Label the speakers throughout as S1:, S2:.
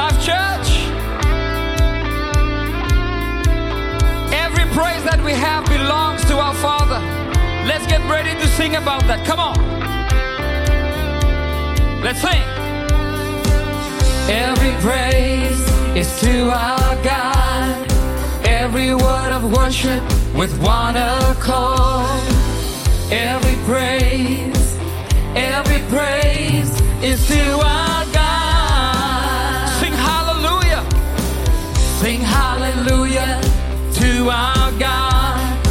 S1: Life Church. Every praise that we have belongs to our Father. Let's get ready to sing about that. Come on. Let's sing. Every praise is to our God. Every word of worship with one accord. Every praise, every praise is to our God. Sing hallelujah. Sing hallelujah to our God.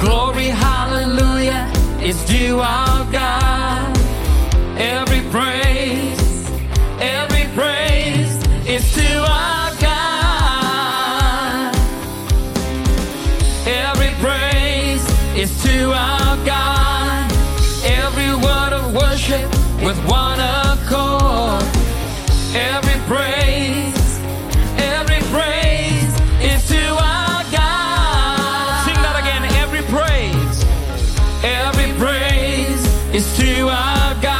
S1: Glory, hallelujah is due our God. Every praise, every praise is to our God. Every praise is to our God. Every word of worship with one accord. Every praise, every praise is to our God. Sing that again. Every praise, every praise is to our God. Oh. Oh,